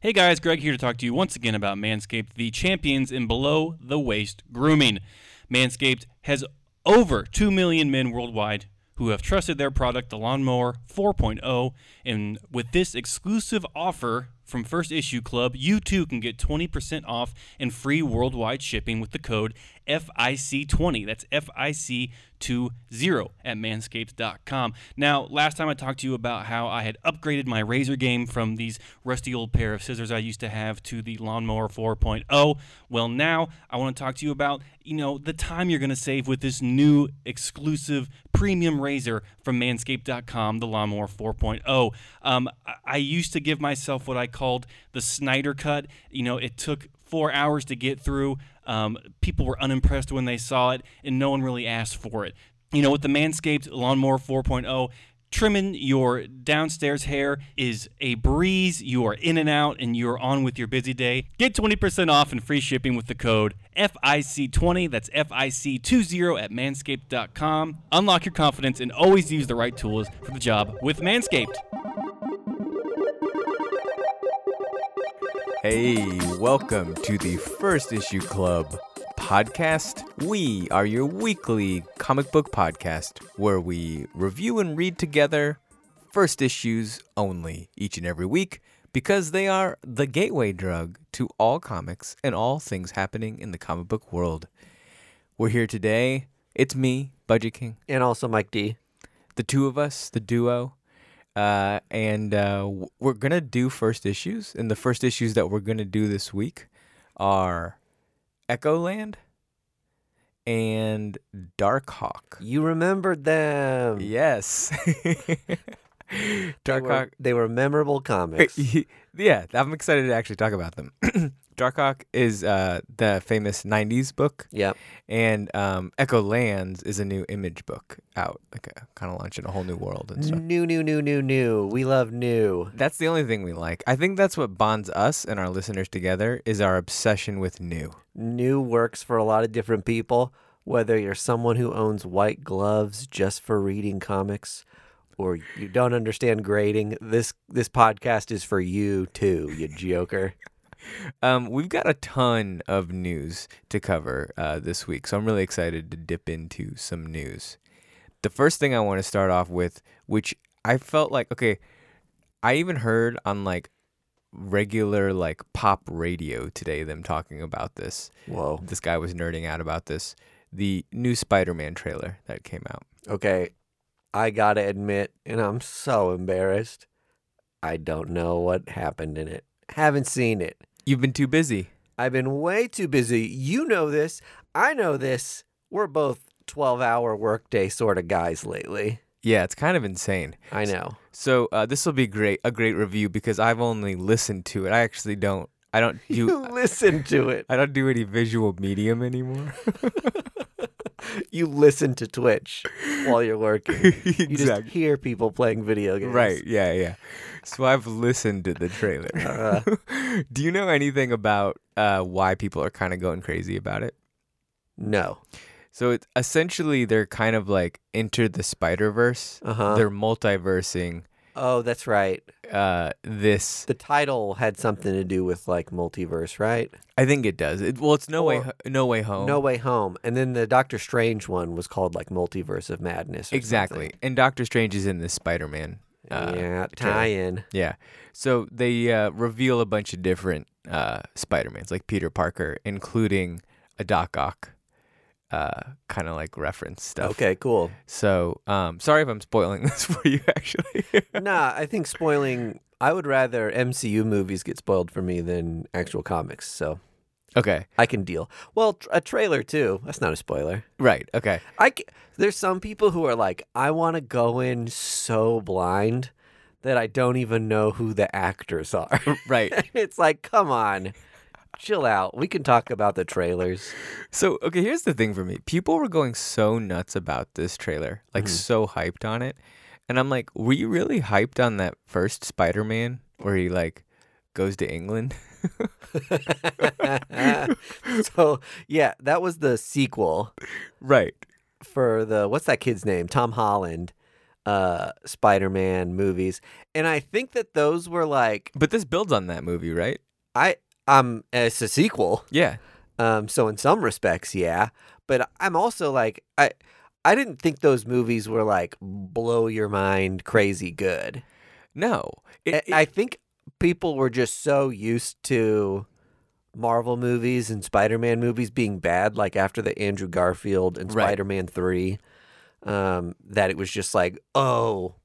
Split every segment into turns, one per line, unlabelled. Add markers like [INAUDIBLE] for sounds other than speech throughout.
Hey guys, Greg here to talk to you once again about Manscaped, the champions in below the waist grooming. Manscaped has over 2 million men worldwide who have trusted their product, the Lawnmower 4.0, and with this exclusive offer from First Issue Club, you too can get 20% off and free worldwide shipping with the code FIC20. That's FIC20 at manscaped.com. Now, last time I talked to you about how I had upgraded my razor game from these rusty old pair of scissors I used to have to the lawnmower 4.0. Well, now I want to talk to you about, you know, the time you're going to save with this new exclusive premium razor from manscaped.com, the lawnmower 4.0. Um, I- I used to give myself what I called the Snyder cut. You know, it took four hours to get through. Um, people were unimpressed when they saw it, and no one really asked for it. You know, with the Manscaped Lawnmower 4.0, trimming your downstairs hair is a breeze. You are in and out, and you're on with your busy day. Get 20% off and free shipping with the code FIC20. That's FIC20 at manscaped.com. Unlock your confidence and always use the right tools for the job with Manscaped.
Hey, welcome to the First Issue Club podcast. We are your weekly comic book podcast where we review and read together first issues only each and every week because they are the gateway drug to all comics and all things happening in the comic book world. We're here today. It's me, Budget King,
and also Mike D.
the two of us, the duo. Uh, and uh, w- we're going to do first issues. And the first issues that we're going to do this week are Echoland and Darkhawk.
You remembered them.
Yes.
They were,
Darkhawk.
they were
[LAUGHS]
memorable comics.
yeah, I'm excited to actually talk about them. [CLEARS THROAT] Darkhawk is uh, the famous 90s book.
yep.
And um, Echo Lands is a new image book out, like a, kind of launching a whole new world and stuff.
New, new, new, new, new. We love new.
That's the only thing we like. I think that's what bonds us and our listeners together is our obsession with new.
New works for a lot of different people, whether you're someone who owns white gloves just for reading comics or you don't understand grading. This this podcast is for you too, you joker.
Um, we've got a ton of news to cover uh, this week, so I'm really excited to dip into some news. The first thing I want to start off with, which I felt like, okay, I even heard on like regular like pop radio today them talking about this.
Whoa.
This guy was nerding out about this. The new Spider-Man trailer that came out.
Okay. I got to admit, and I'm so embarrassed. I don't know what happened in it. Haven't seen it.
You've been too busy.
I've been way too busy. You know this. I know this. We're both 12 hour workday sort of guys lately.
Yeah, it's kind of insane.
I know.
So uh, this will be great, a great review because I've only listened to it. I actually don't. I don't do. [LAUGHS]
[LAUGHS] You listen to it.
I don't do any visual medium anymore.
You listen to Twitch while you're working. [LAUGHS] You just
exactly.
hear people playing video games.
Right. Yeah. Yeah. So I've listened to the trailer.
Uh,
[LAUGHS] do you know anything about uh, why people are kind of going crazy about it?
no.
So it's essentially they're kind of like enter the Spider Verse.
Uh huh.
They're multiversing
Oh, that's right.
uh, this.
The title had something to do with like multiverse, right?
I think it does. It, well, it's no way.
Or-
Ho- No way home.
No Way Home. And then the Doctor Strange one was called like Multiverse of Madness. Or
Exactly.
something.
And Doctor Strange is in this Spider Man. Uh,
yeah.
trailer.
Tie in.
Yeah. So they uh, reveal a bunch of different uh, Spider-Mans, like Peter Parker, including a Doc Ock uh, kind of like reference stuff.
Okay, cool.
So um, sorry if I'm spoiling [LAUGHS] this for you, actually. [LAUGHS]
nah, I think spoiling. I would rather MCU movies get spoiled for me than actual comics, so
okay.
I can deal. Well, tr- a trailer too. That's not a spoiler.
Right. Okay.
I c- there's some people who are like, I want to go in so blind that I don't even know who the actors are. [LAUGHS]
Right.
and it's like, come on, chill out. We can talk about the trailers. [LAUGHS]
So, okay, here's the thing for me. People were going so nuts about this trailer, like so hyped on it. And I'm like, were you really hyped on that first Spider Man where he like goes to England? [LAUGHS]
so yeah, that was the sequel
right.
for the what's that kid's name? Tom Holland. uh, Spider-Man movies, and I think that those were like
But this builds on that movie, right?
I um it's a sequel,
Yeah.
um so in some respects, yeah. But I'm also like I I didn't think those movies were like blow your mind crazy good.
No. It,
I-
it-
I think people were just so used to Marvel movies and Spider-Man movies being bad, like after the Andrew Garfield and
Right.
Spider-Man three, um, that it was just like, oh,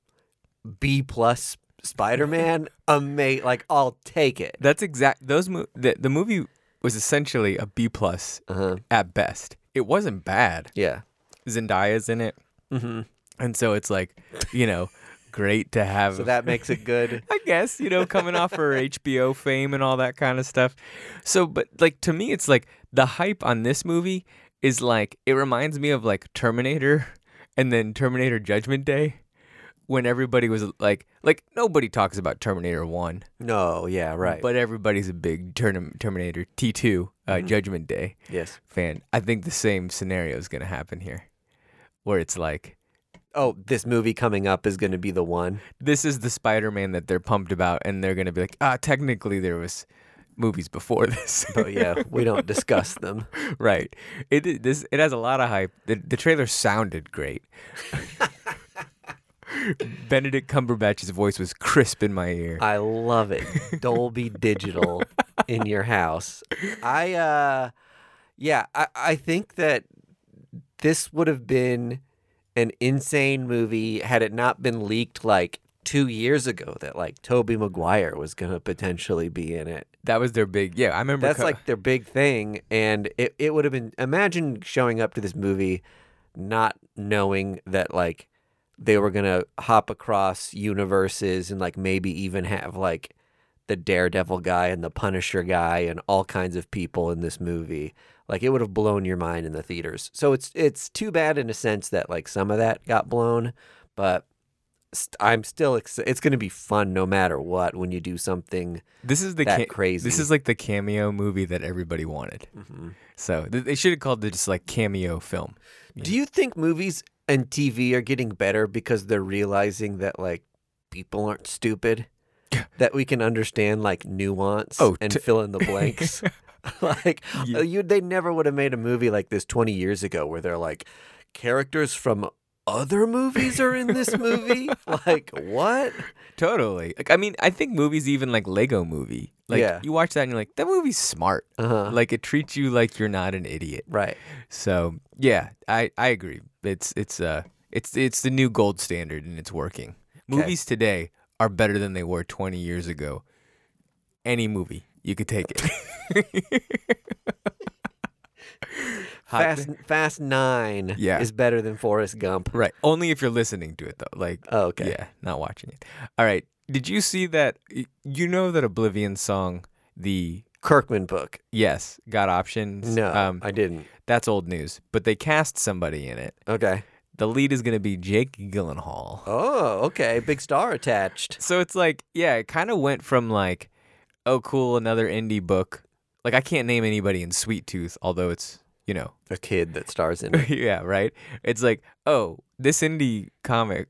B plus Spider-Man, amazing. Like I'll take it.
that's exact. Those mo- the, the movie was essentially a B plus
Uh-huh.
at best. It wasn't bad.
Yeah.
Zendaya's in it, Mm-hmm. and so it's like, you know, great to have.
So that makes it good.
[LAUGHS] I guess, you know, coming off her HBO fame and all that kind of stuff. So, but like to me, it's like the hype on this movie is like, it reminds me of like Terminator [LAUGHS] and then Terminator Judgment Day when everybody was like, like nobody talks about Terminator 1,
No, yeah, right.
but everybody's a big Term- Terminator T2 uh, Judgment Day
yes.
fan. I think the same scenario is going to happen here where it's like,
Oh, this movie coming up is going to be the one.
this is the Spider-Man that they're pumped about, and they're gonna be like, ah, technically there was movies before [LAUGHS] this,
But Oh, yeah, we don't discuss them.
right? It i- this it has a lot of hype. The, the trailer sounded great. [LAUGHS] Benedict Cumberbatch's voice was crisp in my ear.
I love it. Dolby Digital in your house. I uh yeah, I, I think that this would have been an insane movie had it not been leaked like two years ago that like Toby Maguire was gonna potentially be in it.
that was their big yeah. I remember.
That's
co-
like their big thing. And it, it would have been imagine showing up to this movie not knowing that like they were gonna hop across universes and like maybe even have like the Daredevil guy and the Punisher guy and all kinds of people in this movie. Like it would have blown your mind in the theaters. So it's it's too bad in a sense that like some of that got blown, but st- I'm still ex- it's going to be fun no matter what when you do something
this is the
that
ca-
crazy. Mm-hmm.
This is like the cameo movie that everybody wanted. So th- they should have called it just like cameo film.
Do you think movies and TV are getting better because they're realizing that like people aren't stupid? that we can understand like nuance
Oh,
and
t- [LAUGHS]
fill in the blanks. [LAUGHS] like
Yeah.
uh, you they never would have made a movie like this 20 years ago where they're like characters from other movies are in this
[LAUGHS]
movie? like what?
Totally. Like I mean, I think movies even like Lego movie. Like
Yeah.
you watch that and you're like, that movie's smart.
Uh-huh.
Like it treats you like you're not an idiot.
Right.
So yeah, I, I agree. It's it's uh it's it's the new gold standard and it's working. Movies today are better than they were twenty years ago. Any movie. You could take
[LAUGHS]
it. Hot-
Fast Fast 9
Yeah.
is better than Forrest Gump.
Right. Only if you're listening to it though. Like
Oh, okay.
Yeah, not watching it. All right. Did you see that y- you know that Oblivion song, the
Kirkman book.
Yes, got options.
No,
um,
I didn't.
that's old news. But they cast somebody in it.
Okay.
The lead is going to be Jake Gyllenhaal.
Oh, okay. Big star attached.
So it's like, yeah, it kind of went from like, oh, cool, another indie book. Like I can't name anybody in Sweet Tooth, although it's you know, [LAUGHS]
a kid that stars in it.
yeah, right. It's like, oh, this indie comic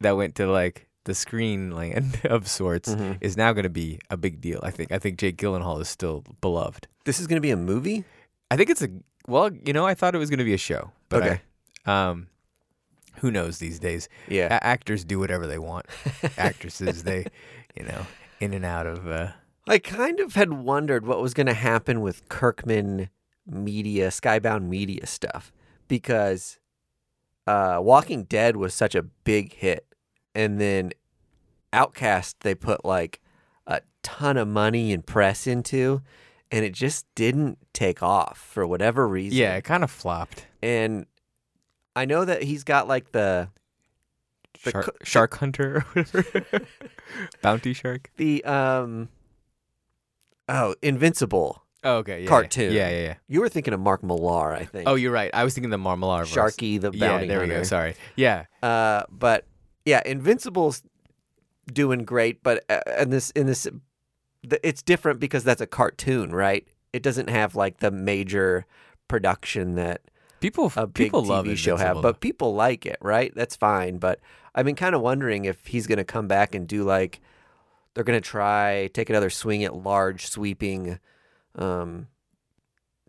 that went to like the screen land [LAUGHS] of sorts
Mm-hmm.
is now going to be a big deal. I think. I think Jake Gyllenhaal is still beloved.
[LAUGHS] This is going to be a movie?
I think it's a well, you know, I thought it was going to be a show, but
Okay.
I, um, who knows these days?
Yeah.
A- actors do whatever they want. Actresses, they, you know, in and out of. Uh,
I kind of had wondered what was going to happen with Kirkman media, Skybound media stuff because uh, Walking Dead was such a big hit. And then Outcast, they put like a ton of money and press into, and it just didn't take off for whatever reason.
yeah, it kind of flopped.
And I know that he's got like the The
Shark,
co-
shark hunter, or whatever. [LAUGHS] bounty shark.
the um oh invincible
Oh, okay, yeah, yeah.
Cartoon.
Yeah, yeah, yeah.
You were thinking of Mark Millar, I think.
Oh, you're right. I was thinking the Marmalar.
Sharky the
Yeah,
bounty
there we
hunter.
go. Sorry. Yeah,
Uh, but yeah, Invincible's doing great, but uh, in this in this, the, it's different because that's a cartoon, right? It doesn't have like the major production that
People
a big
people
TV
love
show have,
Invincible.
but people like it, right? That's fine. But I've been kind of wondering if he's going to come back and do like they're going to try take another swing at large sweeping um,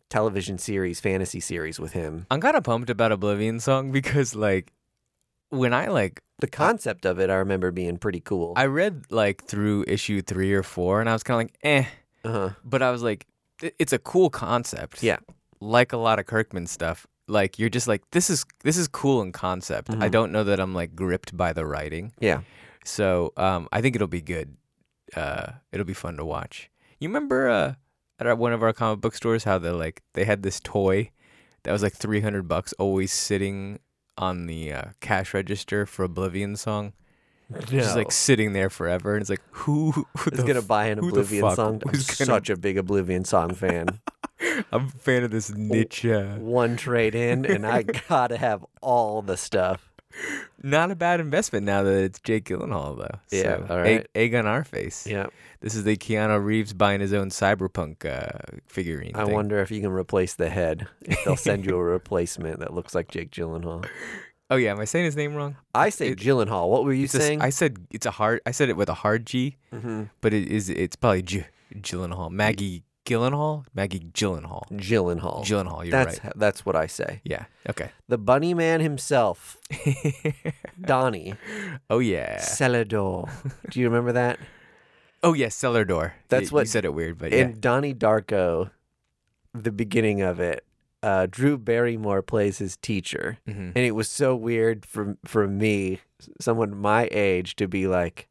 television series, fantasy series with him.
I'm kind of pumped about Oblivion song [LAUGHS] because like when I like
The concept of it, I remember being pretty cool.
I read like through issue three or four and I was kind of like eh,
uh-huh.
but I was like "It- it's a cool concept.
Yeah.
like a lot of Kirkman stuff. Like you're just like this is this is cool in concept. I
Mhm.
don't know that I'm like gripped by the writing.
Yeah.
So um, I think it'll be good. Uh, it'll be fun to watch. You remember uh, at our, one of our comic book stores how they like they had this toy that was like 300 bucks, always sitting on the uh, cash register for Oblivion song. Just like sitting there forever, and it's like who, who
Who's
the
gonna
f-
buy an
who the
Oblivion
fuck
song? I'm
was gonna-
such a big Oblivion song
[LAUGHS]
fan.
I'm a fan of this niche. Uh,
One trade in, and
[LAUGHS]
I gotta have all the stuff.
not a bad investment now that it's Jake Gyllenhaal though.
Yeah,
so,
all
egg-
right.
egg on our face.
Yeah,
This is the Keanu Reeves buying his own cyberpunk uh, figurine.
I
thing.
wonder if you can replace the head. If they'll
[LAUGHS]
send you a replacement that looks like Jake Gyllenhaal.
Oh yeah, am I saying his name wrong?
I say
It-
Gyllenhaal. What were you
It's a s-
saying?
I said it's a hard. I said it with a hard G,
Mhm.
but it is. It's probably G, Gyllenhaal. Maggie Gyllenhaal. Maggie Gyllenhaal.
Gyllenhaal.
Gyllenhaal. You're
Oh, that's
right.
h- that's what I say.
Yeah. Okay. [LAUGHS]
The bunny man himself, Donnie
oh yeah.
Celador. Do you remember that?
Oh yeah. Cellar door.
That's
You- You
what-
said it weird, but yeah.
In Donnie Darko, the beginning of it, uh, Drew Barrymore plays his teacher.
hmm
and it was so weird for for me, s- someone my age, to be like,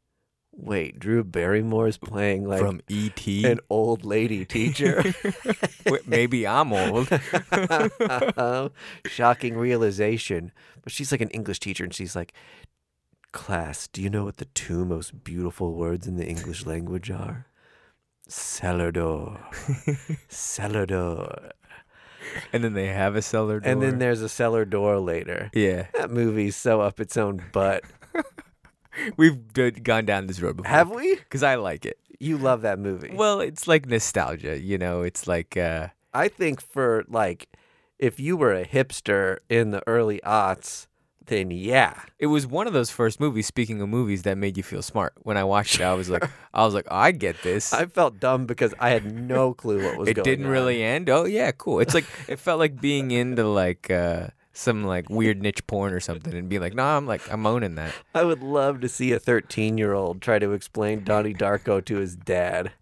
"Wait, Drew Barrymore's playing like
From E E.T.
an old lady teacher."
[LAUGHS]
[LAUGHS]
Wait, Maybe I'm old.
Shocking realization. But she's like an English teacher, and she's like, "Class, do you know what the two most beautiful words in the English
[LAUGHS]
language are?" Cellar door, cellar door,
and then they have a cellar door.
and then there's a cellar door later.
Yeah.
That movie's so up its own
[LAUGHS]
butt.
We've d- gone down this road before.
Have we?
Because I like it.
You love that movie.
Well, it's like nostalgia, you know. It's like uh,
I think for like, if you were a hipster in the early aughts, then yeah,
it was one of those first movies. Speaking of movies, that made you feel smart. When I watched it, I was
[LAUGHS]
like, I was like, I get this.
I felt dumb because I had
[LAUGHS]
no clue what was
it
going
didn't
on.
really end. Oh yeah, cool. It's like it felt like being into like uh, some like weird niche porn or something, and being like, nah, I'm like, I'm owning that.
I would love to see a 13 year old try to explain Donnie Darko to his dad.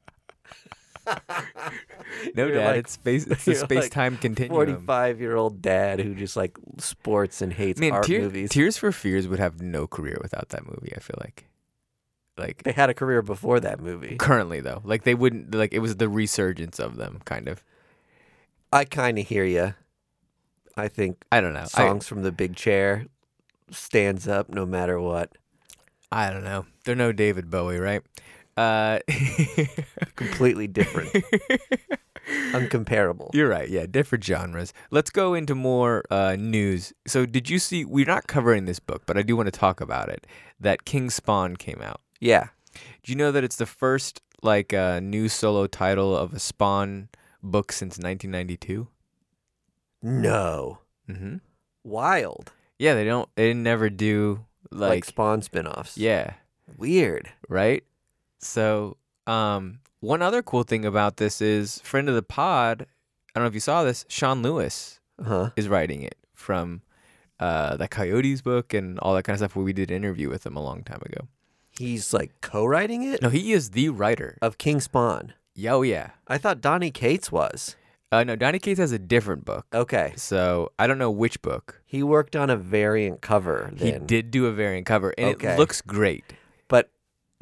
No,
You're
dad,
like-
it's
[LAUGHS]
space. It's the
you're like
space time continuum.
45 year old dad who just like sports and hates
Man,
art
Tear-
movies.
Tears for Fears would have no career without that movie. I feel like, like
they had a career before that movie.
currently though, like they wouldn't like it was the resurgence of them, kind of.
I kind of hear you. I think
Oh, I don't know. I,
songs from the big chair stands up no matter what.
I don't know. They're no David Bowie, right? Uh, [LAUGHS]
Completely different. uncomparable.
you're right. Yeah, different genres. Let's go into more uh, news. So, did you see? We're not covering this book, but I do want to talk about it. That King Spawn came out.
Yeah.
Do you know that it's the first like uh, new solo title of a Spawn book since 1992?
No.
Mm-hmm.
Wild.
Yeah, they don't. They didn't never do
Like,
like.
Spawn spin-offs.
yeah.
Weird.
right? So, um, one other cool thing about this is friend of the pod. I don't know if you saw this. Sean Lewis
Huh.
is writing it from uh, the Coyotes book and all that kind of stuff. Where we did an interview with him a long time ago.
He's like co-writing it
No, he is the writer.
of King Spawn.
Yo, yeah.
I thought Donnie Cates was.
Uh, no, Donny Cates has a different book.
Okay.
So I don't know which book.
He worked on a variant cover
He
then.
did do a variant cover, and
Okay.
it looks great.
But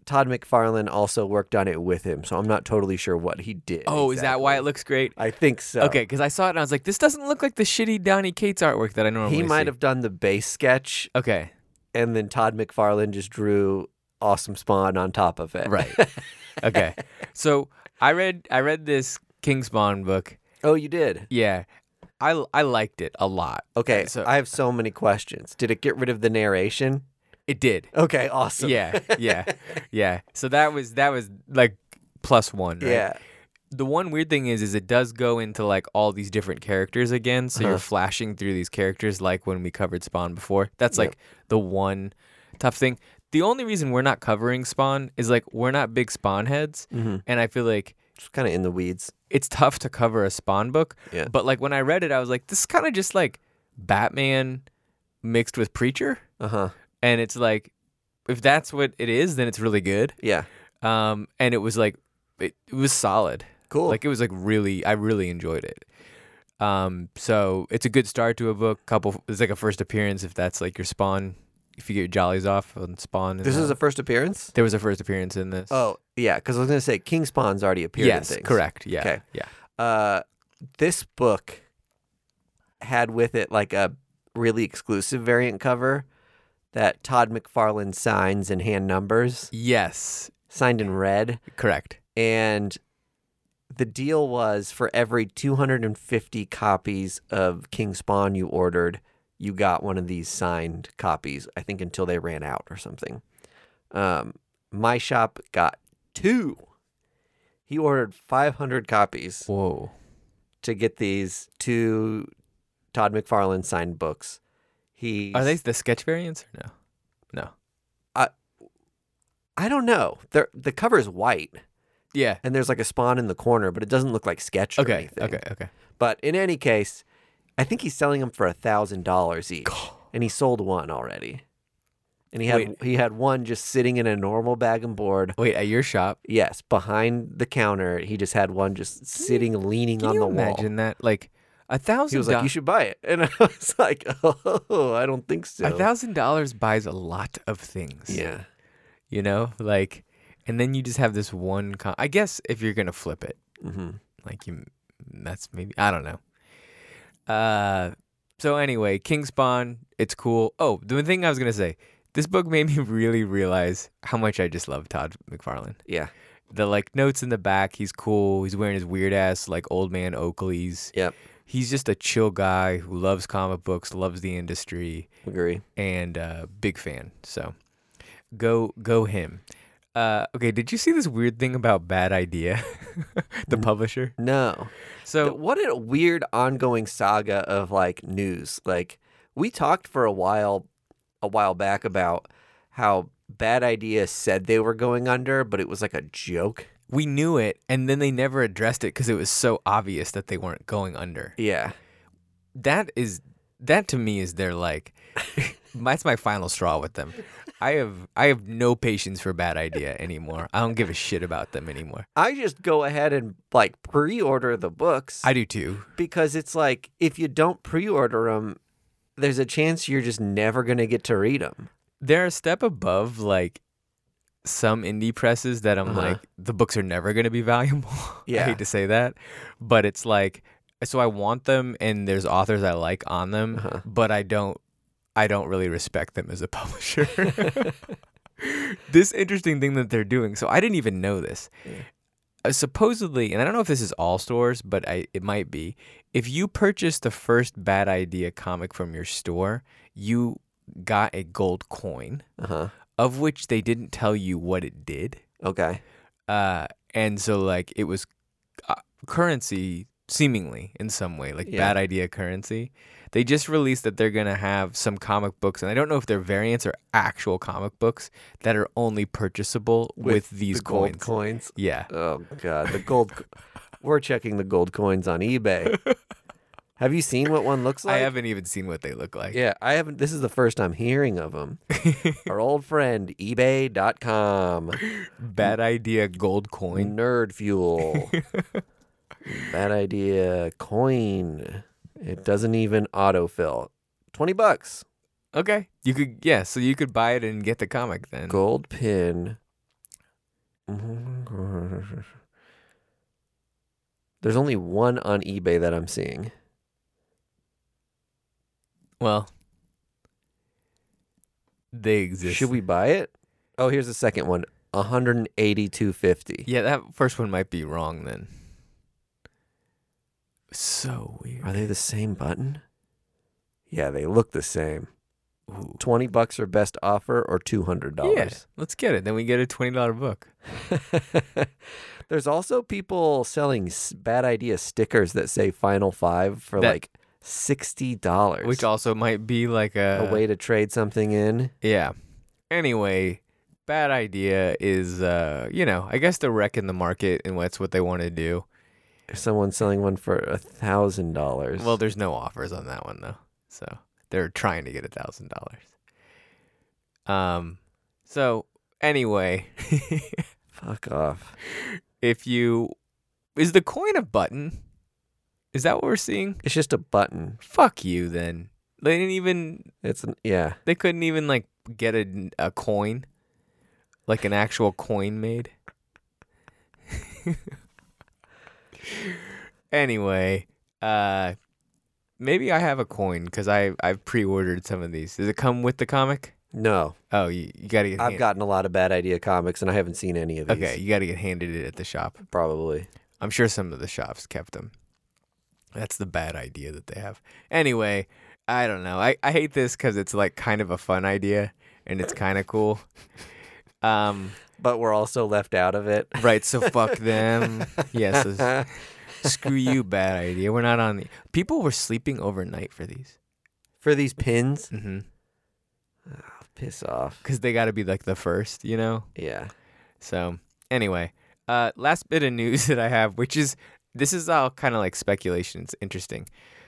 Todd McFarlane also worked on it with him, so I'm not totally sure what he did.
Oh, is that why it
exactly.
looks great?
I think so.
Okay, because I saw it and I was like, this doesn't look like the shitty Donny Cates artwork that Oh, I normally
He
see.
might have done the base sketch
Okay.
and then Todd McFarlane just drew Awesome Spawn on top of it.
Right. Okay. so I read I read this King Spawn book.
[LAUGHS] oh, you did.
Yeah. I I liked it a lot.
Okay,
So-
I have so many questions. Did it get rid of the narration?
It did.
Okay, awesome.
Yeah. Yeah. yeah. So that was that was like plus one, right?
Yeah.
the one weird thing is is it does go into like all these different characters again so you're flashing through these characters like when we covered spawn before that's like the one tough thing the only reason we're not covering spawn is like we're not big spawn heads and i feel like
It's kind of Mm-hmm. in the weeds.
it's tough to cover a spawn book
Yeah.
but like when i read it i was like this is kind of just like batman mixed with preacher
Uh huh.
and it's like if that's what it is then it's really good
Yeah.
um and it was like it, it was solid
Cool.
like it was like really, I really enjoyed it. Um, so it's a good start to a book. Couple, it's like a first appearance if that's like your spawn. If you get your jollies off on spawn, and
this is
that.
a first appearance.
there was a first appearance in this.
Oh yeah, because I was gonna say King Spawn's already appeared.
yes,
in things.
correct. Yeah,
Okay.
yeah.
Uh, this book had with it like a really exclusive variant cover that Todd McFarlane signs and hand numbers,
Yes,
signed in red,
correct.
and the deal was for every 250 copies of King Spawn you ordered, you got one of these signed copies. I think until they ran out or something. Um, my shop got two. He ordered 500 copies
Whoa.
to get these two Todd McFarlane signed books. He
Are they the sketch variants or no? No.
I don't know. They're, the cover is white,
Yeah.
and there's like a spawn in the corner, but it doesn't look like sketch or
Okay.
anything.
Okay. Okay.
But in any case, I think he's selling them for a thousand dollars each, and he sold one already. And he had
Wait.
he had one just sitting in a normal bag and board.
Wait, at your shop,
Yes, behind the counter, he just had one just sitting, leaning
can
on
you
the wall.
imagine that? Like a thousand.
He was like,
do-
"You should buy it," [LAUGHS] and I was like, "Oh, I don't think so."
a thousand dollars buys a lot of things.
Yeah.
you know like and then you just have this one con- i guess if you're gonna flip it
Mm-hmm.
like you that's maybe i don't know uh so anyway king spawn it's cool oh the thing i was gonna say this book made me [LAUGHS] really realize how much i just love todd mcfarlane
Yeah.
the like notes in the back he's cool he's wearing his weird ass like old man oakleys
Yep.
he's just a chill guy who loves comic books loves the industry
Agree.
and uh, big fan. So go go him. Uh, okay, did you see this weird thing about Bad Idea, [LAUGHS] the publisher?
No.
So
what a weird ongoing saga of like news. Like we talked for a while a while back about how bad idea said they were going under, but it was like a joke.
we knew it, and then they never addressed it because it was so obvious that they weren't going under.
Yeah.
That is that to me is their like. [LAUGHS] that's my final straw with them. I have I have no patience for Bad Idea anymore. I don't give a shit about them anymore.
I just go ahead and like pre-order the books
I do too.
because it's like if you don't pre-order them, there's a chance you're just never going to get to read them.
they're a step above like some indie presses that I'm
Uh-huh.
like the books are never going to be valuable. [LAUGHS] I
Yeah.
hate to say that, but it's like so I want them and there's authors I like on them,
Uh-huh.
but I don't I don't really respect them as a [LAUGHS] publisher. this interesting thing that they're doing. So I didn't even know this. Uh, supposedly, and I don't know if this is all stores, but I it might be. If you purchased the first Bad Idea comic from your store, you got a gold coin,
Uh-huh.
of which they didn't tell you what it did.
Okay.
Uh, and so like it was uh, currency seemingly in some way like
Yeah.
bad idea currency they just released that they're going to have some comic books and i don't know if they're variants or actual comic books that are only purchasable with, these
the
coins
gold coins.
yeah
Oh god, the gold. We're checking the gold coins on
[LAUGHS]
eBay. Have you seen what one looks like?
i haven't even seen what they look like
Yeah, I haven't. This is the first I'm hearing
[LAUGHS]
of them. Our old friend eBay.com,
bad idea gold coin
Nerd
[LAUGHS]
Fuel. Bad idea. Coin. It doesn't even autofill. Twenty bucks.
okay you could yeah so you could buy it and get the comic then
Gold pin. Mm-hmm. There's only one on eBay that I'm seeing.
well they exist
Should we buy it? Oh, here's the second one. 182.50.
Yeah, that first one might be wrong then. So weird.
Are they the same button? Yeah, they look the same. 20 bucks or best offer or $200.
Yeah, let's get it. Then we get a twenty dollar book.
[LAUGHS] There's also people selling s- bad idea stickers that say Final Five for
That-
like sixty dollars,
Which also might be like
a
a,
way to trade something in.
Yeah. Anyway, bad idea is uh, you know, I guess they're wrecking the market and that's what they want to do.
Someone's selling one for a thousand dollars.
Well, there's no offers on that one though. So they're trying to get a thousand dollars. Um so anyway, [LAUGHS]
fuck off.
if you is the coin a button? Is that what we're seeing?
It's just a button.
Fuck you then. They didn't even
It's an, yeah.
They couldn't even like get a, a coin, like an actual coin made. [LAUGHS] anyway, uh, maybe I have a coin because I I've pre-ordered some of these. Does it come with the comic?
No,
Oh, you, you gotta get.
I've
hand-
gotten a lot of bad idea comics, and I haven't seen any of these.
Okay, you gotta get handed it at the shop.
probably.
I'm sure some of the shops kept them. That's the bad idea that they have. Anyway, I don't know. I, I hate this because it's like kind of a fun idea and it's kind of cool. Um,
But we're also left out of it.
right. So
[LAUGHS]
fuck them. Yes. so s- screw you. Bad idea. We're not on the. People were sleeping overnight for these.
for these pins.
Because
Piss off.
they got to be like the first, you know?
Yeah.
So anyway, uh, last bit of news [LAUGHS] that I have, which is this is all kind of like speculation. It's interesting.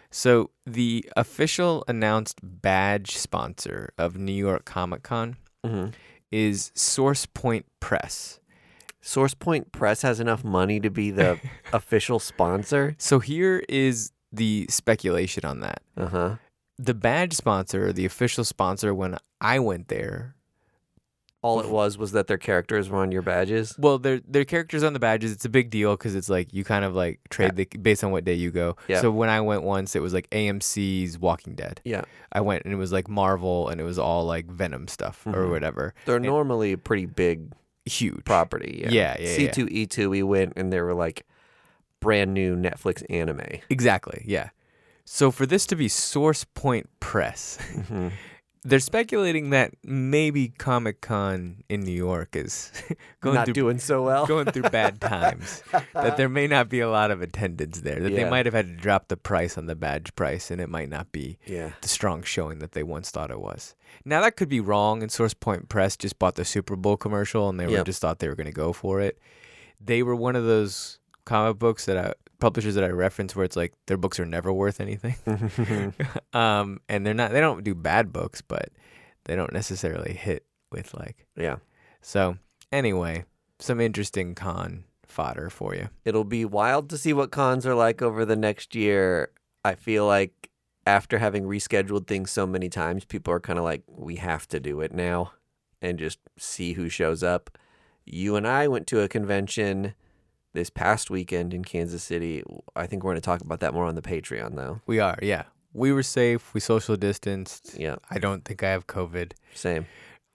So the official announced badge sponsor of New York Comic Con
hmm
is Source Point Press.
SourcePoint Press has enough money to
[LAUGHS]
be the official sponsor.
So here is the speculation on that.
Uh huh.
The badge sponsor, the official sponsor, when I went there,
All it was was that their characters were on your badges.
well, their their characters on the badges, it's a big deal because it's like you kind of like trade the based on what day you go.
Yeah.
So when I went once, it was like AMC's Walking Dead.
Yeah.
I went and it was like Marvel and it was all like Venom stuff or
Mhm.
whatever.
They're normally a pretty big
Huge.
property.
Yeah, yeah, yeah.
C2E2, E we went and they were like brand new Netflix anime.
Exactly. Yeah. So for this to be Source Point Press, [LAUGHS]
[LAUGHS] Mhm.
they're speculating that maybe Comic Con in New York is [LAUGHS] going
Not
through
doing so well.
going through bad
[LAUGHS]
times. that there may not be a lot of attendance there. That they
Yeah.
might have had to drop the price on the badge price and it might not be
yeah.
the strong showing that they once thought it was. Now that could be wrong, and Source Point Press just bought the Super Bowl commercial, and they were
Yep.
just thought they were going to go for it. They were one of those comic books that I publishers that I reference where it's like their books are never worth anything, [LAUGHS] um, and they're not. They don't do bad books, but they don't necessarily hit with like.
yeah.
So anyway, some interesting con fodder for you.
It'll be wild to see what cons are like over the next year. I feel like after having rescheduled things so many times, people are kind of like, we have to do it now and just see who shows up. You and I went to a convention this past weekend in Kansas City. I think we're going to talk about that more on the Patreon, though.
We are, yeah. We were safe. We social distanced.
Yeah,
I don't think I have COVID.
same.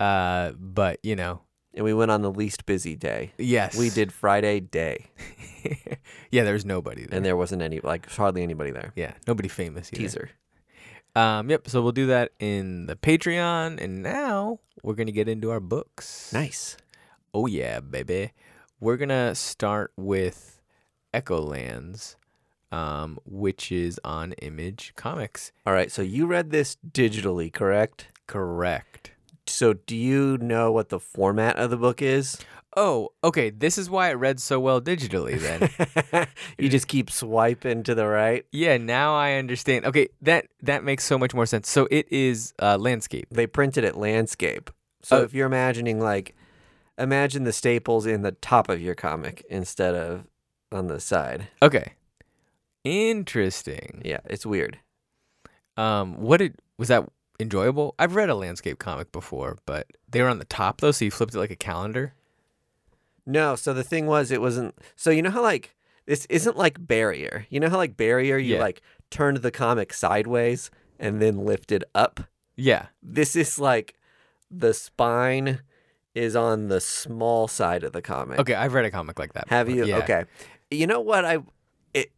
Uh, but you know,
And we went on the least busy day.
Yes.
We did Friday day,
[LAUGHS] yeah, there's nobody there.
and there wasn't any, like, hardly anybody there.
yeah, nobody famous either.
Teaser.
Um, yep, so we'll do that in the Patreon and now we're going to get into our books.
Nice.
Oh yeah, baby. We're going to start with Echolands um which is on Image Comics.
All right. So you read this digitally, correct?
Correct.
So, do you know what the format of the
[LAUGHS]
book is?
Oh, okay, this is why it read so well digitally
[LAUGHS]
then.
you just keep swiping to the right.
yeah, now I understand. Okay, that that makes so much more sense. So it is uh landscape.
They printed it landscape. So,
Oh.
if you're imagining, like, imagine the staples in the top of your comic instead of on the side.
Okay. Interesting.
Yeah, it's weird.
Um, what did was that enjoyable? I've read a landscape comic before, but they were on the top though, so you flipped it like a calendar.
No, so the thing was, it wasn't. So, you know how, like, this isn't like Barrier. You know how, like, Barrier, you,
Yeah.
like, turned the comic sideways and then lifted up?
Yeah.
this is like the spine is on the small side of the comic.
Okay, I've read a comic like that.
Have
before.
you?
Yeah.
Okay. You know what I it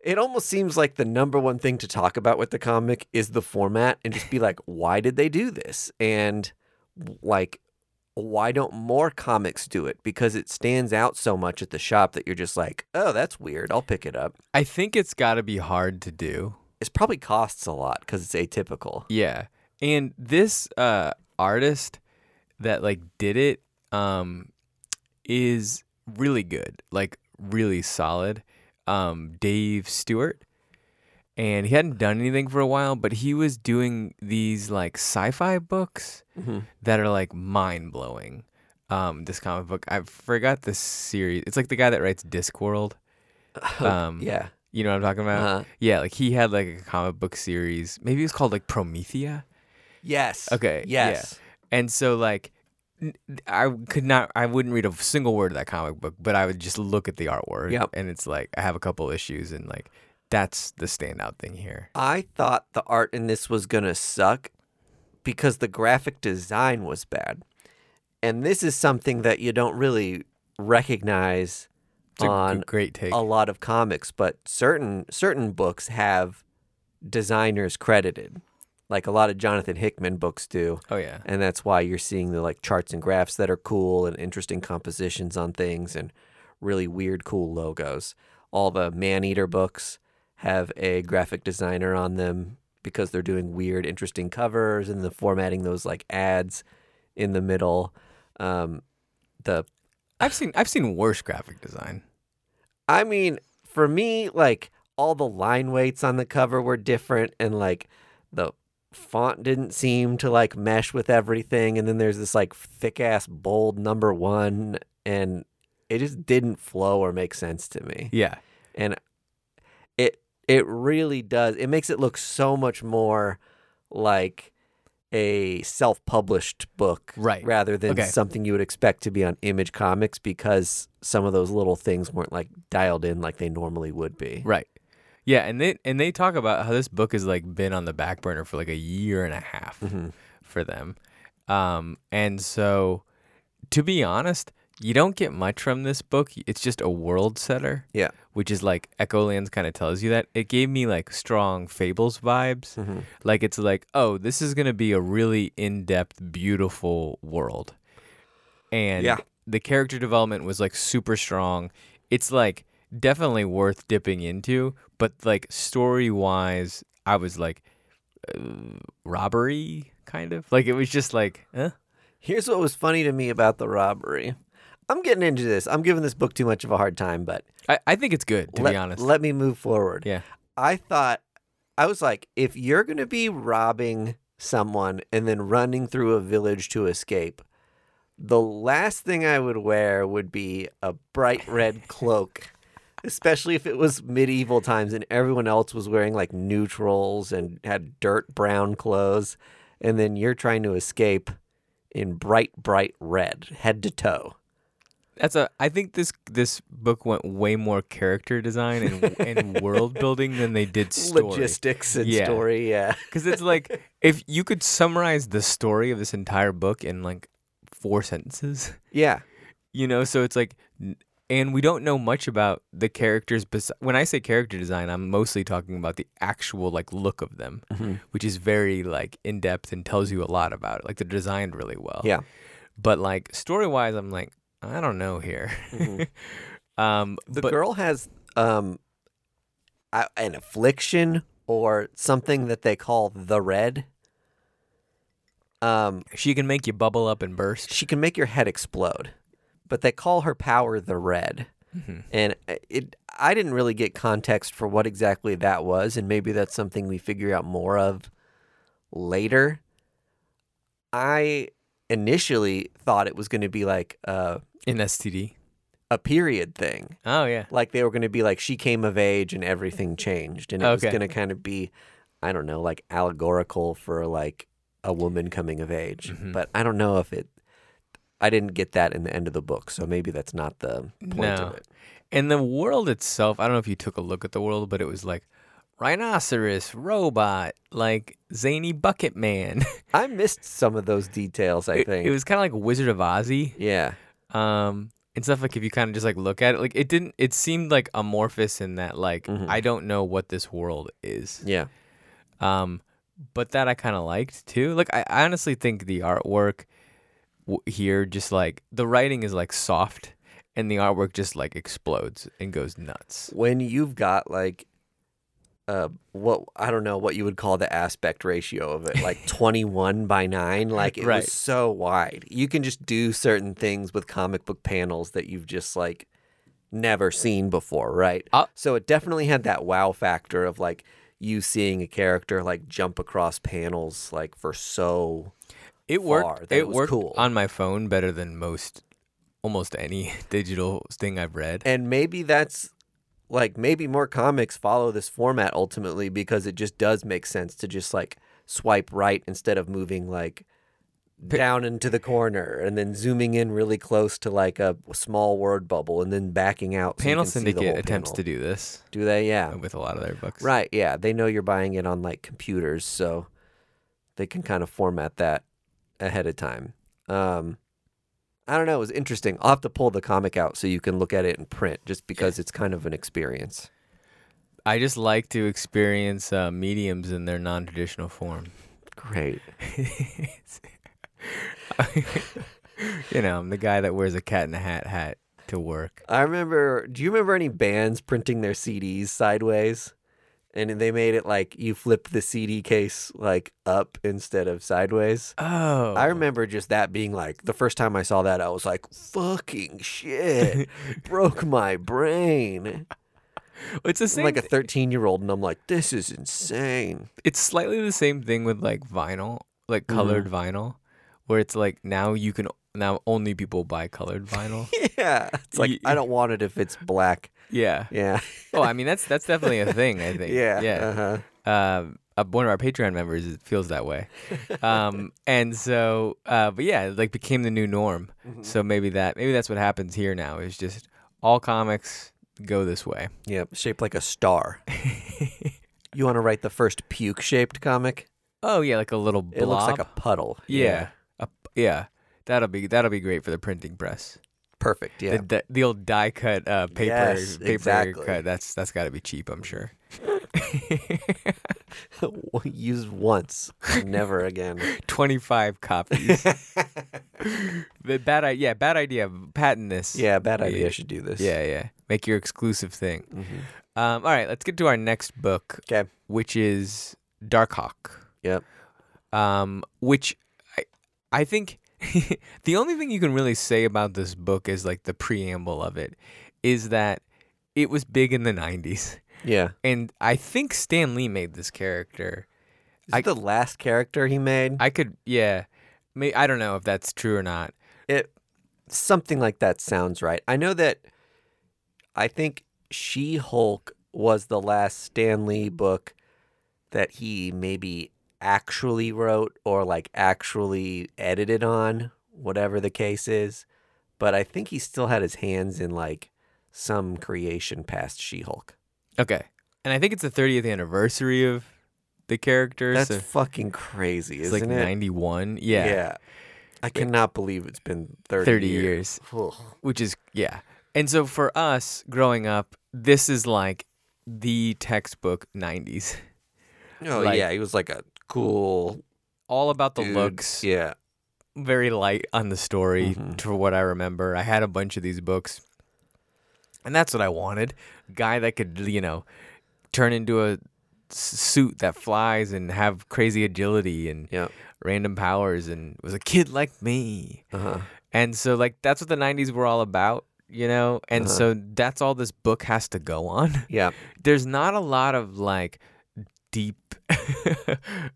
It almost seems like the number one thing to talk about with the comic is the format and just be like, why did they do this? And like, why don't more comics do it? Because it stands out so much at the shop that you're just like, oh, that's weird. I'll pick it up.
I think it's got to be hard to do.
It probably costs a lot because it's atypical.
Yeah. And this uh artist that like did it um is really good. Like really solid. Um Dave Stewart. And he hadn't done anything for a while, but he was doing these like sci-fi books
Mm-hmm.
that are like mind-blowing. Um this comic book, I forgot the series. It's like the guy that writes Discworld. Um
[LAUGHS]
uh,
Yeah.
you know what I'm talking about?
Uh-huh.
Yeah, like he had like a comic book series. Maybe it was called like Promethea.
Yes.
Okay. yeah.
Yes.
And so like n- I could not I wouldn't read a single word of that comic book, but I would just look at the artwork
Yep.
and it's like I have a couple issues and like that's the standout thing here.
I thought the art in this was going to suck because the graphic design was bad. And this is something that you don't really recognize
It's a
on
g- great take.
a lot of comics, but certain certain books have designers credited. Like a lot of Jonathan Hickman books do.
oh yeah.
And that's why you're seeing the like charts and graphs that are cool and interesting compositions on things and really weird cool logos. All the man eater books have a graphic designer on them because they're doing weird interesting covers and the formatting those like ads in the middle. Um the
I've seen I've seen worse graphic design.
I mean, for me, like all the line weights on the cover were different, and like the font didn't seem to like mesh with everything. And then there's this like thick ass bold number one, and it just didn't flow or make sense to me.
Yeah.
And it it really does. It makes it look so much more like a self-published book
Right.
rather than
Okay.
something you would expect to be on Image Comics because some of those little things weren't like dialed in like they normally would be.
Right. Yeah, and they and they talk about how this book has like been on the back burner for like a year and a half for them. Um and so to be honest, you don't get much from this book. It's just a world setter,
Yeah.
which is like Echolands kind of tells you that. It gave me like strong fables vibes.
Mm-hmm.
Like it's like, "Oh, this is going to be a really in-depth beautiful world." and
Yeah.
the character development was like super strong. It's like definitely worth dipping into, but like story wise, I was like uh, robbery kind of like it was just like eh?
Here's what was funny to me about the robbery. I'm getting into this. I'm giving this book too much of a hard time, but
I, I think it's good to
let,
be honest.
let me move forward.
yeah,
I thought I was like, if you're gonna be robbing someone and then running through a village to escape, the last thing I would wear would be a
[LAUGHS]
bright red cloak. Especially if it was medieval times and everyone else was wearing like neutrals and had dirt brown clothes, and then you're trying to escape in bright, bright red, head to toe.
that's a. I think this this book went way more character design and
[LAUGHS]
and world building than they did story.
Logistics and
Yeah.
story, yeah.
Because it's like if you could summarize the story of this entire book in like four sentences.
Yeah.
you know so it's like n- and we don't know much about the characters bes- when i say character design i'm mostly talking about the actual like look of them which is very like in-depth and tells you a lot about it like they're designed really well
Yeah.
but like story-wise i'm like i don't know here [LAUGHS] um
the
but
girl has um a- an affliction or something that they call the red um
she can make you bubble up and burst
she can make your head explode but they call her power the red and uh, it i didn't really get context for what exactly that was and maybe that's something we figure out more of later i initially thought it was going to be like a,
in std
a period thing
oh yeah
like they were going to be like she came of age and everything changed and it was
Okay.
going to kind of be i don't know like allegorical for like a woman coming of age
Mm-hmm.
but i don't know if it i didn't get that in the end of the book so maybe that's not the point
No.
of it
And the world itself, I don't know if you took a look at the world, but it was like rhinoceros, robot, like zany bucket [LAUGHS] man.
i missed some of those details i
it,
think
it was kind of like Wizard of Ozzy.
yeah
Um, and stuff like if you kind of just like look at it like it didn't it seemed like amorphous in that like i don't know what this world is
Yeah.
um but that i kind of liked too like I, I honestly think the artwork w- here just like the writing is like soft and the artwork just like explodes and goes nuts
When you've got like uh what I don't know what you would call the aspect ratio of it,
[LAUGHS]
like 21 by 9, like it
Right.
was so wide. You can just do certain things with comic book panels that you've just like never seen before, right?
Uh-
so it definitely had that wow factor of like you seeing a character like jump across panels like for so
it
far,
worked
that
it,
it was
worked
cool.
on my phone better than most almost any [LAUGHS] digital thing i've read
and maybe that's like maybe more comics follow this format ultimately because it just does make sense to just like swipe right instead of moving like down into the corner and then zooming in really close to like a small word bubble and then backing out. so you
panel
can see the
syndicate
whole
attempts
panel.
to do this
do they? Yeah,
with a lot of their books
right. Yeah, they know you're buying it on like computers, so they can kind of format that ahead of time. Um, I don't know. It was interesting. I'll have to pull the comic out so you can look at it in print, just because it's kind of an experience.
i just like to experience uh, mediums in their non-traditional form
Great.
you know, I'm the guy that wears a cat in a hat hat to work.
I remember. Do you remember any bands printing their CDs sideways? And they made it like you flipped the CD case like up instead of sideways.
Oh,
I remember just that being like the first time I saw that, I was like, fucking
[LAUGHS]
shit, broke my brain.
It's the
I'm
same.
like a 13 year old, and I'm like, this is insane. [LAUGHS]
it's slightly the same thing with like vinyl, like colored
Mm.
vinyl, where it's like now you can now only people buy colored
[LAUGHS]
vinyl.
Yeah. It's like,
Ye-
I don't want it if it's black.
yeah.
Yeah.
Oh, I mean that's that's definitely a thing. I think.
Yeah.
Yeah.
Uh-huh.
um, uh, one of our Patreon members it feels that way.
[LAUGHS]
Um, and so, uh, but yeah, it like became the new norm.
Mm-hmm. Mm.
So maybe that maybe that's what happens here now is just all comics go this way.
Yeah. Shaped like
[LAUGHS]
a star. you want to write the first puke shaped comic?
Oh yeah, like a little blob.
It looks like a puddle.
yeah, A, yeah. That'll be that'll be great for the printing press.
Perfect. Yeah. [LAUGHS]
The, the, the old die cut uh, paper
Yes,
paper
exactly.
cut. That's that's got to be cheap, I'm sure.
Used once,
[LAUGHS]
never again.
Twenty five
[LAUGHS]
copies. the bad idea. Yeah, bad idea. Patent this.
Yeah, bad idea.
Yeah.
I should do this. Mm-hmm.
Yeah, yeah. Make your exclusive thing. Um, all right, let's get to our next book,
Okay.
which is Darkhawk.
Yep.
um, which I, I think [LAUGHS] the only thing you can really say about this book is like the preamble of it is that it was big in the 90s.
Yeah.
And I think Stan Lee made this character.
Is it the last character he made?
I could, yeah, may, I don't know if that's true or not.
it something like that sounds right. I know that I think She Hulk was the last Stan Lee book that he maybe actually wrote or like actually edited on, whatever the case is. But I think he still had his hands in like some creation past She Hulk.
Okay. And I think it's the 30th anniversary of the character.
That's
so
fucking crazy,
it's
isn't
like
it?
91. Yeah.
I cannot believe it's been 30,
30
years.
years.
Ugh.
which is yeah. And so for us growing up, this is like the textbook 90s.
Oh,
Like-
yeah. He was like a cool
All about the
dude.
looks,
Yeah.
very light on the story
Mhm.
for what I remember. I had a bunch of these books. And that's what I wanted. Guy that could, you know, turn into a s- suit that flies and have crazy agility and
Yeah.
random powers and was a kid like me.
Uh-huh.
And so like that's what the 90s were all about, you know? And
Uh-huh.
so that's all this book has to go on. [LAUGHS]
Yeah.
there's not a lot of like deep [LAUGHS]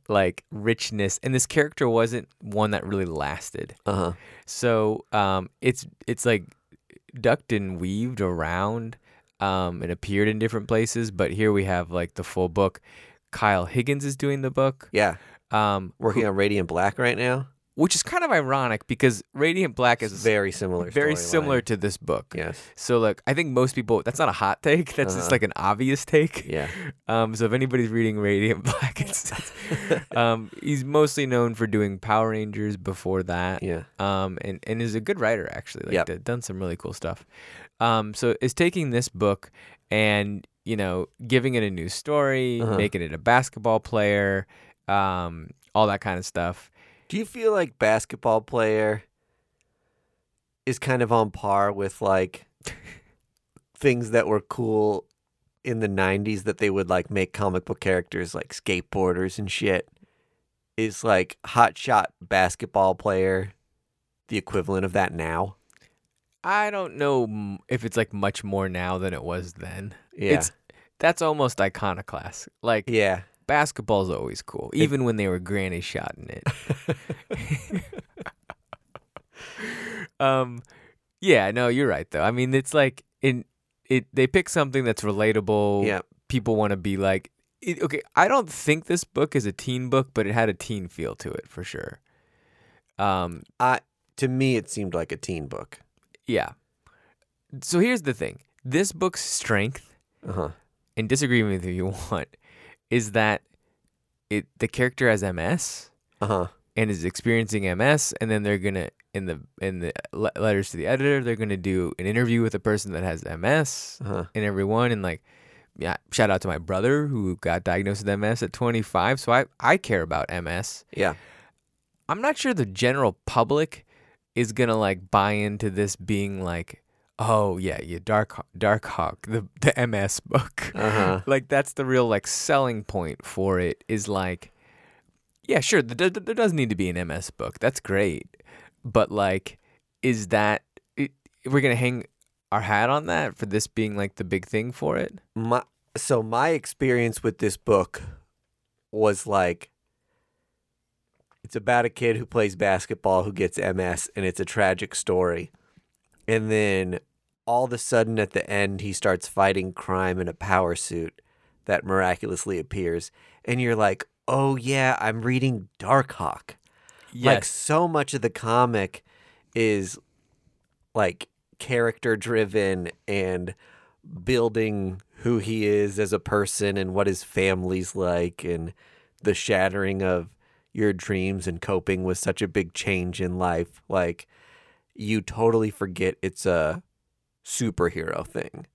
like richness and this character wasn't one that really lasted
Uh-huh.
so um it's it's like ducked and weaved around um and appeared in different places but here we have like the full book kyle higgins is doing the book
Yeah.
um
Working on Radiant Black right now.
which is kind of ironic because Radiant Black is very,
Very similar. storyline.
similar to this book.
Yes.
So like I think most people that's not a hot take. That's just
Uh-huh.
like an obvious take.
Yeah.
Um, so if anybody's reading Radiant [LAUGHS] Black, it's, it's- um, he's mostly known for doing Power Rangers before that.
Yeah.
Um, and, and is a good writer actually. Like
Yep.
d- done some really cool stuff. Um, so is taking this book and you know giving it a new story,
Uh-huh.
making it a basketball player, um, all that kind of stuff.
[LAUGHS] Do you feel like basketball player is kind of on par with like things that were cool in the 90s that they would like make comic book characters like skateboarders and shit? Is like hotshot basketball player the equivalent of that now?
I don't know m- if it's like much more now than it was then.
Yeah.
It's that's almost iconoclast. Like
yeah.
basketball's always cool, even when they were granny shotting it. um, yeah, no, you're right though. I mean, it's like in it they pick something that's relatable.
Yeah.
people want to be like. It, okay, I don't think this book is a teen book, but it had a teen feel to it for sure. Um,
I to me it seemed like a teen book.
yeah. So here's the thing: this book's strength
Uh-huh.
and disagree with me if you [LAUGHS] want, is that it the character has MS
Uh-huh.
and is experiencing MS, and then they're gonna in the in the le- letters to the editor, they're gonna do an interview with a person that has MS
Uh-huh.
and everyone, and like, yeah, shout out to my brother who got diagnosed with MS at 25, so I I care about MS.
Yeah.
I'm not sure the general public is gonna like buy into this being like, oh yeah, yeah, Dark Dark Hawk, the the MS book [SIGHS]
Uh-huh.
like that's the real like selling point for it is like yeah sure th- th- there does need to be an ms book that's great but like is that it, we're gonna hang our hat on that for this being like the big thing for it
my so my experience with this book was like it's about a kid who plays basketball who gets MS and it's a tragic story. And then all of a sudden at the end he starts fighting crime in a power suit that miraculously appears and you're like, "Oh yeah, I'm reading Darkhawk." Like so much of the comic is like character driven and building who he is as a person and what his family's like and the shattering of your dreams and coping with such a big change in life. Like you totally forget it's a superhero thing.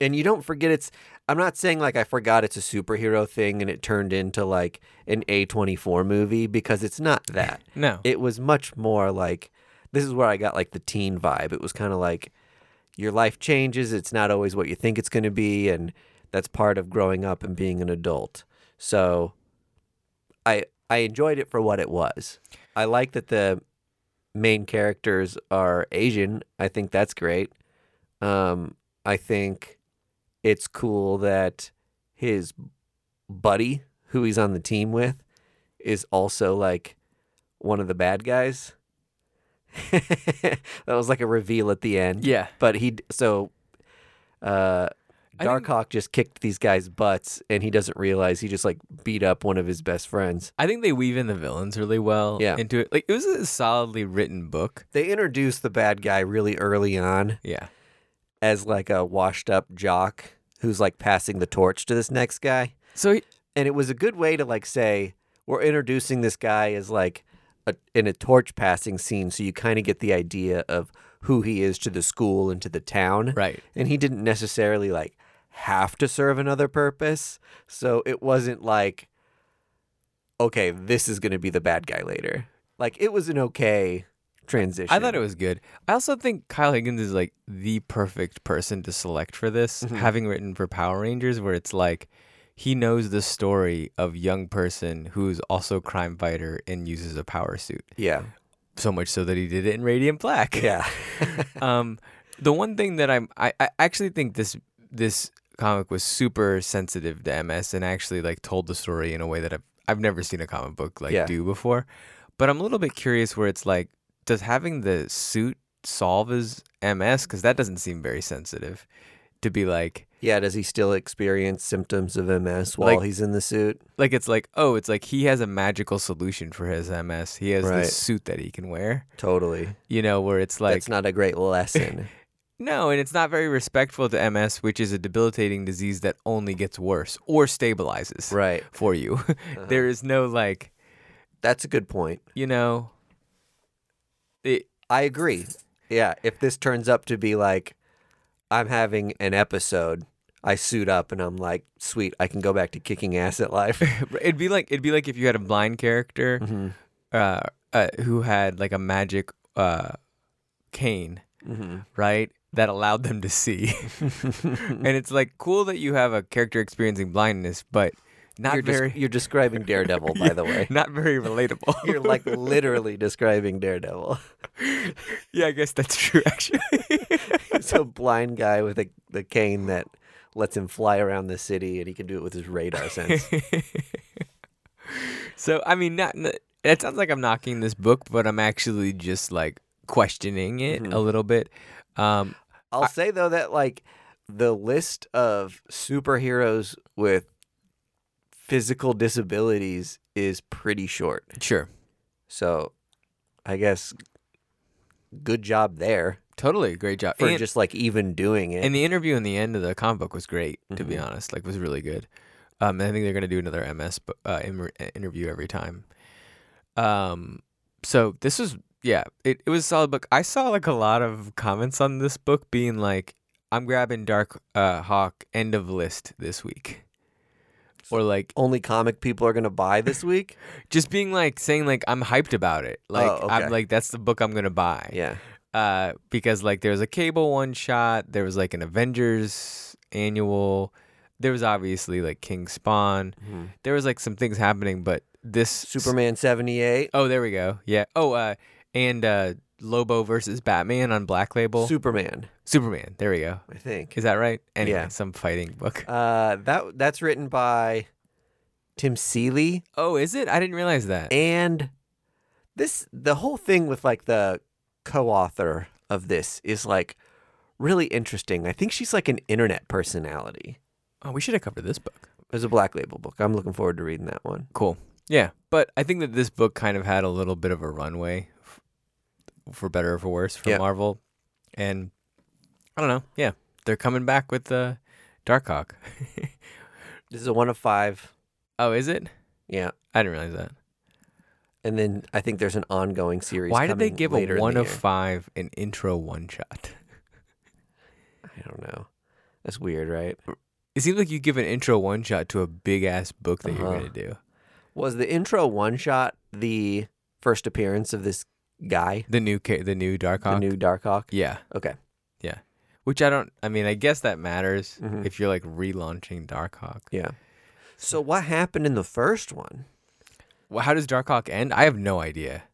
And you don't forget it's I'm not saying like I forgot it's a superhero thing and it turned into like an A24 movie because it's not that
no
it was much more like this is where I got like the teen vibe. It was kind of like your life changes, it's not always what you think it's going to be and that's part of growing up and being an adult. So I I enjoyed it for what it was. I like that the main characters are Asian. I think that's great. Um I think it's cool that his buddy who he's on the team with is also like one of the bad guys. [LAUGHS] that was like a reveal at the end.
yeah
But he so uh
I think-
Darkhawk just kicked these guys' butts and he doesn't realize he just like beat up one of his best friends.
i think they weave in the villains really well
Yeah.
into it like it was a solidly written book
They introduced the bad guy really early on
yeah
as like a washed up jock who's like passing the torch to this next guy.
so he-
and it was a good way to like say we're introducing this guy as like a, in a torch passing scene so you kind of get the idea of who he is to the school and to the town
[LAUGHS] right
and he didn't necessarily like have to serve another purpose so it wasn't like okay this is going to be the bad guy later like it was an okay transition
I thought it was good. I also think Kyle Higgins is like the perfect person to select for this,
Mhm.
having written for Power Rangers, where it's like he knows the story of young person who's also a crime fighter and uses a power suit. [LAUGHS]
yeah
So much so that he did it in Radiant Black.
yeah [LAUGHS]
um, the one thing that I'm, I, I actually think this this comic was super sensitive to MS and actually like told the story in a way that I've I've never seen a comic book like
Yeah.
do before. But I'm a little bit curious where it's like, does having the suit solve his MS? Because that doesn't seem very sensitive to be like,
Yeah, does he still experience symptoms of MS while
Like-
he's in the suit?
Like it's like, oh, it's like he has a magical solution for his MS. He has
Right.
this suit that he can wear.
Totally.
You know, where it's like
That's not a great lesson.
no, and it's not very respectful to MS, which is a debilitating disease that only gets worse or stabilizes
right. Uh-huh.
for you. [LAUGHS] there is no like,
That's a good point.
you know, it, [LAUGHS]
I agree. Yeah, if this turns up to be like I'm having an episode, I suit up and I'm like, sweet, I can go back to kicking ass at life.
It'd be like it'd be like if you had a blind character
Mm-hmm.
uh, uh, who had like a magic uh, cane,
Mm-hmm.
right? That allowed them to see, [LAUGHS] and it's like cool that you have a character experiencing blindness, but not
You're, des- [LAUGHS]
very,
you're describing Daredevil, by
[LAUGHS]
the way.
not very relatable.
You're like literally describing Daredevil.
[LAUGHS] yeah, I guess that's true. Actually, [LAUGHS]
It's a blind guy with a the cane that lets him fly around the city, and he can do it with his radar sense.
so I mean, not n- that sounds like I'm knocking this book, but I'm actually just like questioning it a little bit. Um,
I'll say though that like the list of superheroes with physical disabilities is pretty short.
sure,
So I guess good job there
totally, great job.
for
And-
just like even doing it.
And the interview in the end of the comic book was great, to
Mm-hmm.
be honest. Like, was really good. Um, I think they're gonna do another MS bu- uh, im- interview every time. Um, so this was yeah, it it was a solid book. I saw like a lot of comments on this book being like, "I'm grabbing Dark uh, Hawk end of list this week," or like
Only comic people are going to buy
[LAUGHS]
this week?
just being like saying like I'm hyped about it. Like
Oh, okay.
I'm like that's the book I'm gonna buy
yeah.
uh, because like there was a Cable one shot, there was like an Avengers annual, there was obviously like King Spawn, there was like some things happening, but this
Superman 78,
Oh, there we go. Yeah. Oh, uh, and uh, Lobo versus Batman on Black Label.
Superman,
Superman. There we go.
I think.
Is that right? Anyway,
Yeah.
some fighting book.
Uh, that that's written by Tim Seeley
Oh, is it? I didn't realize that.
and this the whole thing with like the co-author of this is like really interesting. I think she's like an internet personality.
Oh, we should have covered this book.
There's a black label book. I'm looking forward to reading that one.
Cool. Yeah, but I think that this book kind of had a little bit of a runway, f- for better or for worse, for
Yeah.
Marvel, and I don't know. Yeah, they're coming back with the Dark Hawk.
This is a one of five.
[LAUGHS] oh, is it?
Yeah.
I didn't realize that.
And then I think there's an ongoing series.
Why did they
coming
give
later
a
in the
one of
year.
five an intro one shot?
I don't know. That's weird, right?
It seems like you give an intro one shot to a big ass book that you're
Uh-huh.
gonna do.
Was the intro one shot the first appearance of this guy,
The new ca- the new Dark Hawk.
the new Darkhawk?
yeah,
Okay.
yeah. Which I don't. I mean, I guess that matters
Mhm.
if you're like relaunching Dark Hawk.
Yeah. So what happened in the first one?
Well, how does Dark Hawk end? I have no idea.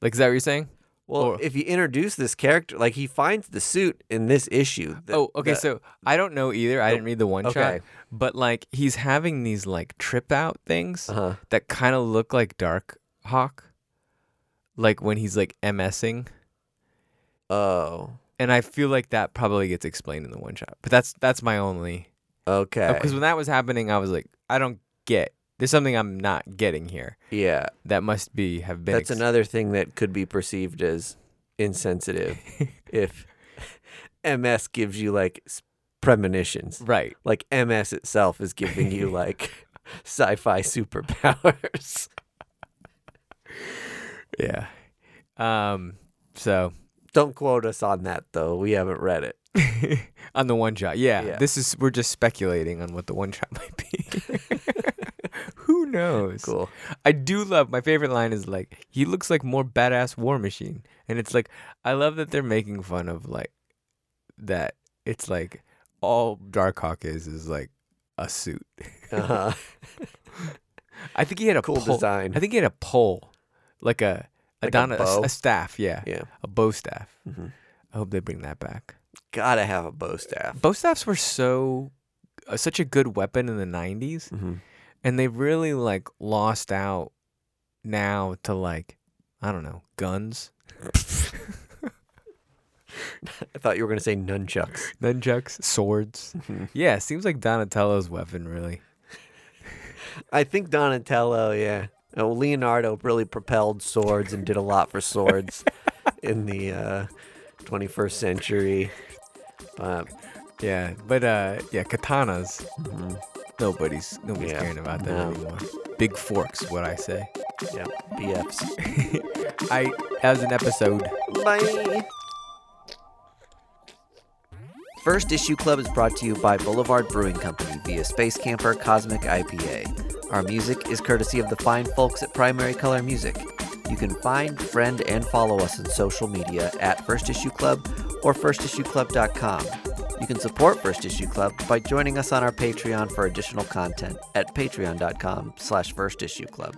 Like, is that what you're saying?
Well,
Or-
if you introduce this character, like he finds the suit in this issue. The-
oh, okay.
the-
so I don't know either. I didn't read the one shot,
okay.
but like he's having these like trip out things
Uh-huh.
that kind of look like Dark Hawk, like when he's like MSing,
Oh,
and I feel like that probably gets explained in the one shot. But that's that's my only
okay.
because when that was happening, I was like, I don't get. There's something I'm not getting here
yeah,
that must be have been.
that's
ex-
another thing that could be perceived as
[LAUGHS]
insensitive if MS gives you like s- premonitions.
right.
Like MS itself is giving you like
[LAUGHS]
sci-fi superpowers.
Yeah. Um. So.
Don't quote us on that though. We haven't read it.
[LAUGHS] on the one shot. Yeah.
Yeah.
This is we're just speculating on what the one shot [LAUGHS] might be.
[LAUGHS]
Who knows? [LAUGHS]
Cool.
I do love my favorite line is like he looks like more badass war machine. And it's like I love that they're making fun of like that it's like all Darkhawk is is like a suit.
Uh-huh.
I think he had a
Cool
pole.
design.
I think he had a pole. Like a
Like a
Adonis- a,
bow?
staff, yeah.
Yeah. Mm-hmm.
A bow staff. I hope they bring that back.
Gotta have a bow staff.
bow staffs were so uh, such a good weapon in the 90s
Mhm.
and they've really like lost out now to like i don't know guns
I thought you were going to say nunchucks. Mm-hmm.
Nunchucks, swords. yeah, seems like Donatello's weapon, really.
I think Donatello, yeah. Oh, Leonardo really propelled swords and did a lot for swords in the uh, 21st century. uh, But
Yeah, but uh, yeah, katanas. Nobody's nobody's
Mm-hmm. Yeah.
caring about that
No.
anymore. Big forks, what I say.
yeah, BFs.
I that was an episode.
Bye. First Issue Club is brought to you by Boulevard Brewing Company via Space Camper Cosmic IPA. Our music is courtesy of the fine folks at Primary Color Music. You can find, friend, and follow us on social media at First Issue Club or FirstIssueClub.com. You can support First Issue Club by joining us on our Patreon for additional content at patreon.com slash First Issue Club.